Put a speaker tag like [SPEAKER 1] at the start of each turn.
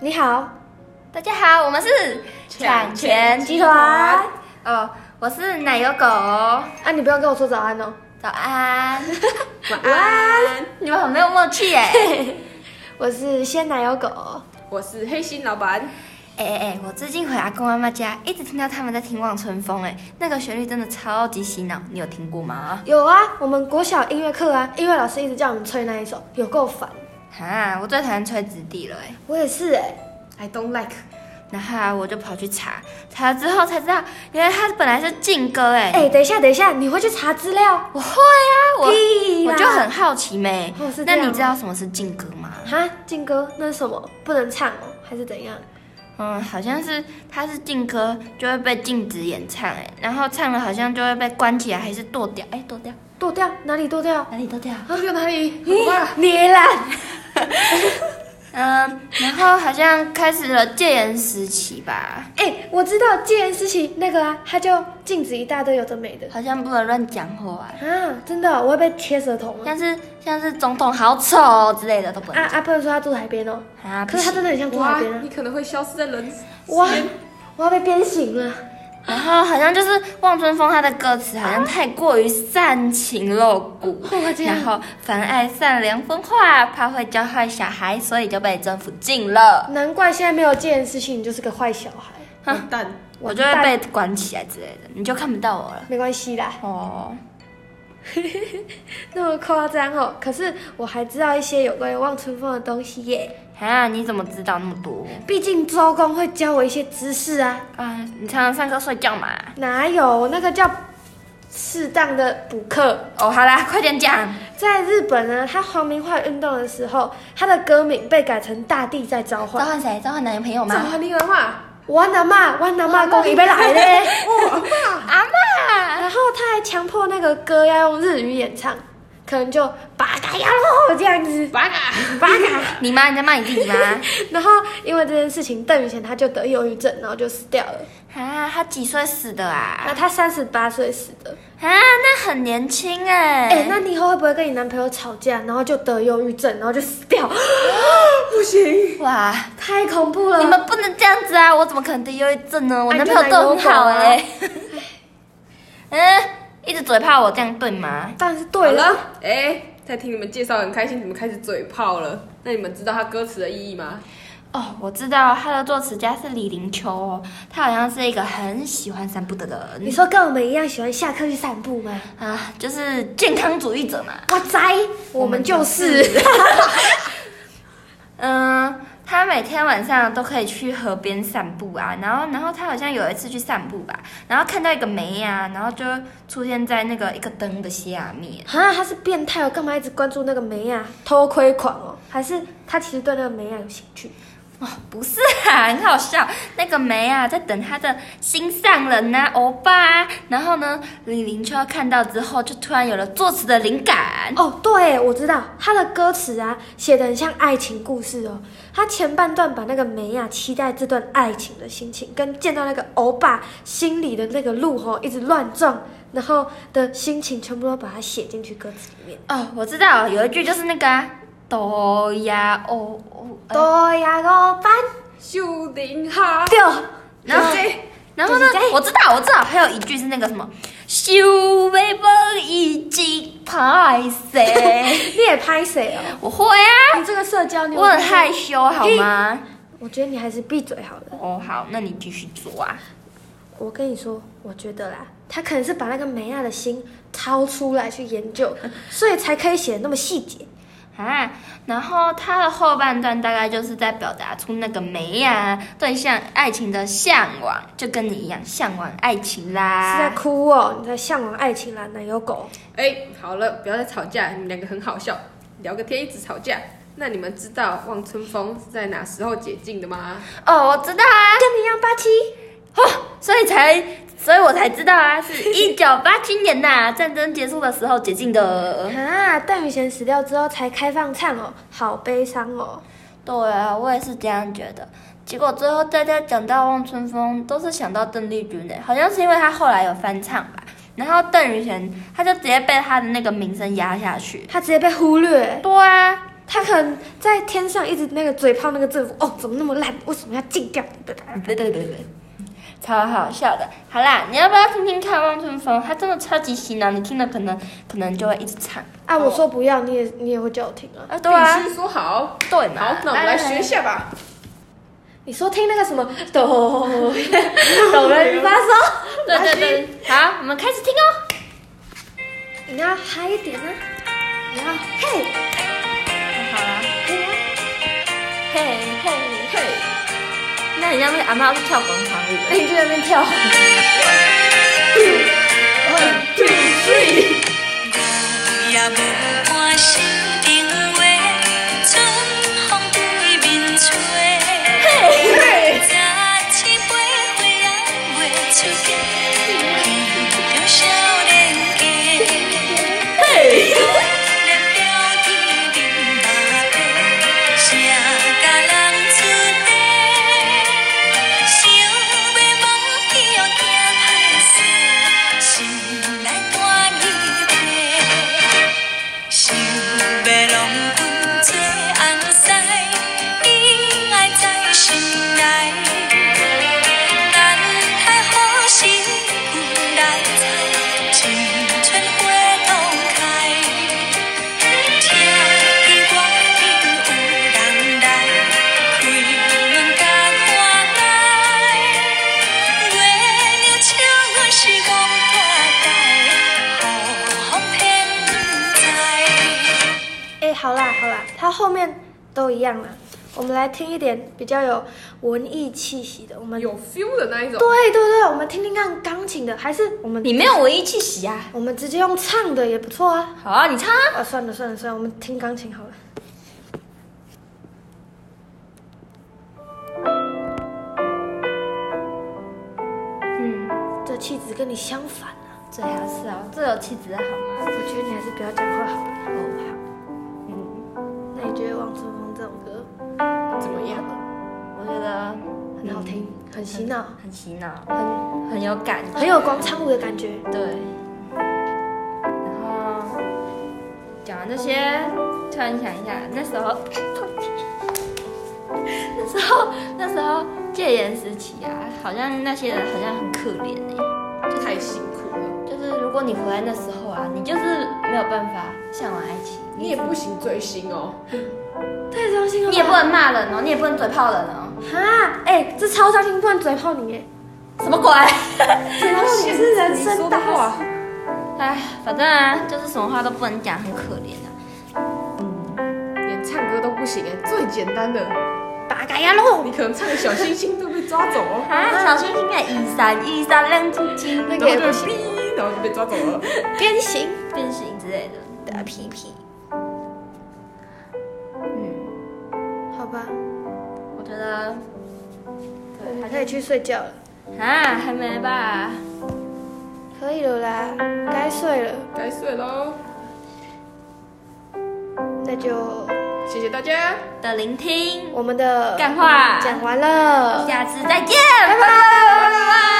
[SPEAKER 1] 你好，
[SPEAKER 2] 大家好，我们是
[SPEAKER 3] 抢钱集团
[SPEAKER 2] 哦，我是奶油狗，
[SPEAKER 1] 啊，你不要跟我说早安哦。
[SPEAKER 2] 早安，
[SPEAKER 3] 晚安，
[SPEAKER 2] 你们很没有默契耶。哎
[SPEAKER 1] 我是鲜奶油狗，
[SPEAKER 3] 我是黑心老板。
[SPEAKER 2] 哎哎哎，我最近回阿公阿妈家，一直听到他们在听《望春风》，哎，那个旋律真的超级洗脑，你有听过吗？
[SPEAKER 1] 有啊，我们国小音乐课啊，音乐老师一直叫我们吹那一首，有够烦。
[SPEAKER 2] 啊，我最讨厌吹子弟了，哎。
[SPEAKER 1] 我也是哎、i don't like。
[SPEAKER 2] 然后啊，我就跑去查，查了之后才知道，原来它本来是禁歌，哎。
[SPEAKER 1] 哎、等一下，等一下，你会去查资料？
[SPEAKER 2] 我会啊，我
[SPEAKER 1] 屁啦
[SPEAKER 2] 我就很好奇没
[SPEAKER 1] 哦是。这
[SPEAKER 2] 那
[SPEAKER 1] 样
[SPEAKER 2] 你知
[SPEAKER 1] 吗
[SPEAKER 2] 道什么是禁歌吗？
[SPEAKER 1] 哈，靖哥，那是什么？不能唱哦，还是怎样？
[SPEAKER 2] 嗯，好像是它是禁歌，就会被禁止演唱，哎，然后唱了好像就会被关起来，还是剁掉，哎，剁掉，
[SPEAKER 1] 剁掉哪里剁掉？
[SPEAKER 2] 哪里剁掉？
[SPEAKER 3] 这个哪里？
[SPEAKER 1] 你啦！
[SPEAKER 2] 嗯，然后好像开始了戒严时期吧，
[SPEAKER 1] 哎、我知道戒严时期那个啊，他就禁止一大堆有的没的
[SPEAKER 2] 好像不能乱讲话、欸
[SPEAKER 1] 啊，真的哦、我会被贴舌头吗？
[SPEAKER 2] 像是像是总统好丑、哦、之类的都不
[SPEAKER 1] 啊
[SPEAKER 2] 能
[SPEAKER 1] 啊，不能说他住海边哦，
[SPEAKER 2] 讲啊。
[SPEAKER 1] 可是他
[SPEAKER 2] 不
[SPEAKER 1] 真的很像
[SPEAKER 2] 行
[SPEAKER 1] 住海
[SPEAKER 3] 哇
[SPEAKER 1] 边啊，
[SPEAKER 3] 你！可能会消失在人。
[SPEAKER 1] 哇，我要被鞭刑了。
[SPEAKER 2] 然后好像就是《望春风》，他的歌词好像太过于煽情露骨，
[SPEAKER 1] 哇这样
[SPEAKER 2] 然后妨碍善良风化，怕会教坏小孩，所以就被政府禁了，
[SPEAKER 1] 难怪现在没有这件事情，你就是个坏小孩。
[SPEAKER 3] 完蛋，
[SPEAKER 2] 我
[SPEAKER 1] 完
[SPEAKER 2] 就
[SPEAKER 1] 蛋
[SPEAKER 2] 会被关起来之类的，你就看不到我了。
[SPEAKER 1] 没关系啦，
[SPEAKER 2] 哦，
[SPEAKER 1] 那么夸张哦。可是我还知道一些有关于望春风的东西耶，
[SPEAKER 2] 啊，你怎么知道那么多
[SPEAKER 1] 毕竟周公会教我一些知识啊。
[SPEAKER 2] 啊？你常常上课睡觉嘛？
[SPEAKER 1] 哪有那个叫适当的补课？
[SPEAKER 2] 哦，好啦，快点讲。
[SPEAKER 1] 在日本呢，他皇民化运动的时候，他的歌名被改成《大地在召
[SPEAKER 2] 召
[SPEAKER 1] 唤》。
[SPEAKER 2] 唤谁？召唤男朋友
[SPEAKER 3] 怎
[SPEAKER 2] 吗？
[SPEAKER 3] 么你的话？
[SPEAKER 1] 我阿妈，我阿妈公已被来嘞。
[SPEAKER 2] 阿妈，
[SPEAKER 1] 啊然后他还强迫那个歌要用日语演唱，可能就八嘎呀喽这样子，
[SPEAKER 3] 八嘎，
[SPEAKER 1] 八嘎。
[SPEAKER 2] 你妈，你在骂你弟 弟吗？
[SPEAKER 1] 然后因为这件事情，邓宇贤他就得忧郁症，然后就死掉了。
[SPEAKER 2] 啊，他几岁死的啊？
[SPEAKER 1] 那他三十八岁死的，
[SPEAKER 2] 啊，那很年轻哎、
[SPEAKER 1] 哎、那你以后会不会跟你男朋友吵架，然后就得忧郁症，然后就死掉？
[SPEAKER 3] 不行，
[SPEAKER 2] 哇，
[SPEAKER 1] 太恐怖了！
[SPEAKER 2] 你们不能这样子啊！我怎么可能得忧郁症呢？我
[SPEAKER 1] 啊
[SPEAKER 2] 男
[SPEAKER 1] 你
[SPEAKER 2] 朋
[SPEAKER 1] 就
[SPEAKER 2] 友对我很好
[SPEAKER 1] 奶
[SPEAKER 2] 哎、
[SPEAKER 1] 油
[SPEAKER 2] 嗯，一直嘴炮我这样对吗？
[SPEAKER 1] 当然是
[SPEAKER 3] 好
[SPEAKER 1] 对了。
[SPEAKER 3] 了，哎、在听你们介绍很开心，怎么开始嘴炮了？那你们知道它歌词的意义吗？
[SPEAKER 2] 哦，我知道他的作词家是李林秋哦，他好像是一个很喜欢散步的
[SPEAKER 1] 你
[SPEAKER 2] 人
[SPEAKER 1] 说跟我们一样喜欢下课去散步吗？
[SPEAKER 2] 啊，就是健康主义者嘛。
[SPEAKER 1] 哇塞，我们就是。
[SPEAKER 2] 嗯，他每天晚上都可以去河边散步啊，然后然后他好像有一次去散步吧，然后看到一个梅呀、然后就出现在那个一个灯的下面。
[SPEAKER 1] 啊，他是变态哦，干嘛一直关注那个梅亚？偷窥狂哦，还是他其实对那个梅亚啊有兴趣？
[SPEAKER 2] 哦，不是啊， 很好笑。那个梅啊，在等他的心上人呐、欧巴、啊。然后呢，李林秋看到之后，就突然有了作词的灵感。
[SPEAKER 1] 哦，对，我知道他的歌词啊，写的很像爱情故事哦。他前半段把那个梅亚期待这段爱情的心情，跟见到那个欧巴心里的那个路吼、一直乱撞，然后的心情全部都把它写进去歌词里面。
[SPEAKER 2] 哦，我知道有一句就是那个、啊“哆呀哦哦”，哎
[SPEAKER 1] 多呀个班
[SPEAKER 3] 秀林哈，
[SPEAKER 1] 丢，
[SPEAKER 2] 然后
[SPEAKER 3] 对
[SPEAKER 2] 然后呢
[SPEAKER 1] 就是这样，
[SPEAKER 2] 我知道我知道，还有一句是那个什么“修眉毛已经拍 谁
[SPEAKER 1] 你也拍谁哦？”，
[SPEAKER 2] 我会啊，
[SPEAKER 1] 你这个社交，你有哦
[SPEAKER 2] 我很
[SPEAKER 1] 拍
[SPEAKER 2] 害羞好吗？
[SPEAKER 1] 我觉得你还是闭嘴好了。
[SPEAKER 2] 哦，好，那你继续做啊。
[SPEAKER 1] 我跟你说，我觉得啦，他可能是把那个梅亚的心掏出来去研 究，所以才可以写得那么细节。
[SPEAKER 2] 啊，然后他的后半段大概就是在表达出那个梅呀、对象爱情的向往，就跟你一样向往爱情
[SPEAKER 1] 是在
[SPEAKER 2] 啦。
[SPEAKER 1] 哭哦，你在向往爱情啦，奶油狗。
[SPEAKER 3] 哎、好了，不要再吵架，你们两个很好笑，聊个天一直吵架。那你们知道望春风是在哪时候解禁的吗？
[SPEAKER 2] 哦，我知道啊，
[SPEAKER 1] 跟你一样八七，
[SPEAKER 2] 哦，所以才，所以我才知道啊，是一九八七年呐、 战争结束的时候解禁的。
[SPEAKER 1] 啊，邓宇贤死掉之后才开放唱哦，好悲伤哦。
[SPEAKER 2] 对啊，我也是这样觉得。结果最后大家讲到《望春风》，都是想到邓丽君的，好像是因为她后来有翻唱吧。然后邓宇贤他就直接被他的那个名声压下去。
[SPEAKER 1] 他直接被忽略，
[SPEAKER 2] 对啊，
[SPEAKER 1] 他可能在天上一直那个嘴炮那个政府，哦，怎么那么烂？为什么要禁掉？
[SPEAKER 2] 对对对对，超好笑的。好啦，你要不要听听看《望春风》？它真的超级洗脑，你听了可能可能就会一直唱。
[SPEAKER 1] 啊，我说不要，你也你也会叫我听啊。哎
[SPEAKER 2] 啊，对啊
[SPEAKER 3] 律，师说好，
[SPEAKER 2] 对嘛。
[SPEAKER 3] 好，那我们来学一下吧。
[SPEAKER 1] 你说听那个什么 抖抖人发烧，
[SPEAKER 2] 对对对，好，我们开始听哦。
[SPEAKER 1] 你要嗨一点啊！你要嘿，
[SPEAKER 2] 好啦，
[SPEAKER 1] 嘿啊！
[SPEAKER 2] 嘿嘿嘿。那你像那个阿妈是跳广场舞的，
[SPEAKER 1] 你就在那边跳。
[SPEAKER 4] 也无半身定话，春风对面吹。十七八岁也袂出嫁，着少年家。热了天面目白，谁甲人出地？想要忘记又惊歹势，心内大疑惑。想要拢阮做红婿，伊爱在心内。等待好时分来采，青春花拢开。听见外面有人来，开门甲看来，月亮笑阮是憨大呆，予风骗不知。
[SPEAKER 1] 哎、好啦好啦，它后面都一样啦。我们来听一点比较有文艺气息的。我们
[SPEAKER 3] 有 feel 的那一种，
[SPEAKER 1] 对对对，我们听听看钢琴的，还是我们
[SPEAKER 2] 你没有文艺气息啊。
[SPEAKER 1] 我们直接用唱的也不错啊。
[SPEAKER 2] 好啊，你唱啊。
[SPEAKER 1] 啊，算了算了算了，我们听钢琴好了。
[SPEAKER 2] 嗯，
[SPEAKER 1] 这气质跟你相反啊，
[SPEAKER 2] 最好是哦，这有气质的好
[SPEAKER 1] 我
[SPEAKER 2] 吗？
[SPEAKER 1] 觉得你还是不要讲话好了。
[SPEAKER 2] 哦，好。嗯，
[SPEAKER 1] 那你觉得《望春风》这首歌
[SPEAKER 3] 怎么样？
[SPEAKER 2] 我觉得
[SPEAKER 1] 很好听，很洗脑，
[SPEAKER 2] 很洗脑，
[SPEAKER 1] 很
[SPEAKER 2] 很有感觉。
[SPEAKER 1] 很有广场舞的感觉。
[SPEAKER 2] 对，然后讲完这些，突然想一下，那时候，那时候，那时候戒严时期啊，好像那些人好像很可怜哎、
[SPEAKER 3] 太辛苦了，
[SPEAKER 2] 就是如果你回来那时候啊，你就是没有办法向往爱情，
[SPEAKER 3] 你也不行追星哦。
[SPEAKER 1] 太伤心了吧，
[SPEAKER 2] 你也不能骂人哦，你也不能嘴炮人哦，
[SPEAKER 1] 哈，哎、这超伤心，不能嘴炮你哎，
[SPEAKER 2] 什么鬼？
[SPEAKER 1] 嘴炮你是人
[SPEAKER 3] 你
[SPEAKER 1] 生
[SPEAKER 3] 说的
[SPEAKER 1] 大
[SPEAKER 3] 话
[SPEAKER 1] 事。，
[SPEAKER 2] 哎，反正啊，就是什么话都不能讲，很可怜啊。
[SPEAKER 3] 连唱歌都不行哎，最简单的，
[SPEAKER 1] 八嘎呀喽，
[SPEAKER 3] 你可能唱个小星星都被抓走哦，
[SPEAKER 2] 啊，小星星啊，一闪一闪亮晶晶，
[SPEAKER 1] 那
[SPEAKER 3] 然后
[SPEAKER 1] 个
[SPEAKER 3] 就哔，然后就被抓走了。
[SPEAKER 1] 变形，
[SPEAKER 2] 变形之类的打屁屁。嗯，
[SPEAKER 1] 好吧，
[SPEAKER 2] 我觉得
[SPEAKER 1] 我们可以去睡觉了，
[SPEAKER 2] 啊，还没吧？
[SPEAKER 1] 可以了啦，该睡了，
[SPEAKER 3] 该睡喽，
[SPEAKER 1] 那就
[SPEAKER 3] 谢谢大家。
[SPEAKER 2] 的聆听，
[SPEAKER 1] 我们的
[SPEAKER 2] 干话，
[SPEAKER 1] 讲完了。
[SPEAKER 2] 下次再见，拜拜拜拜。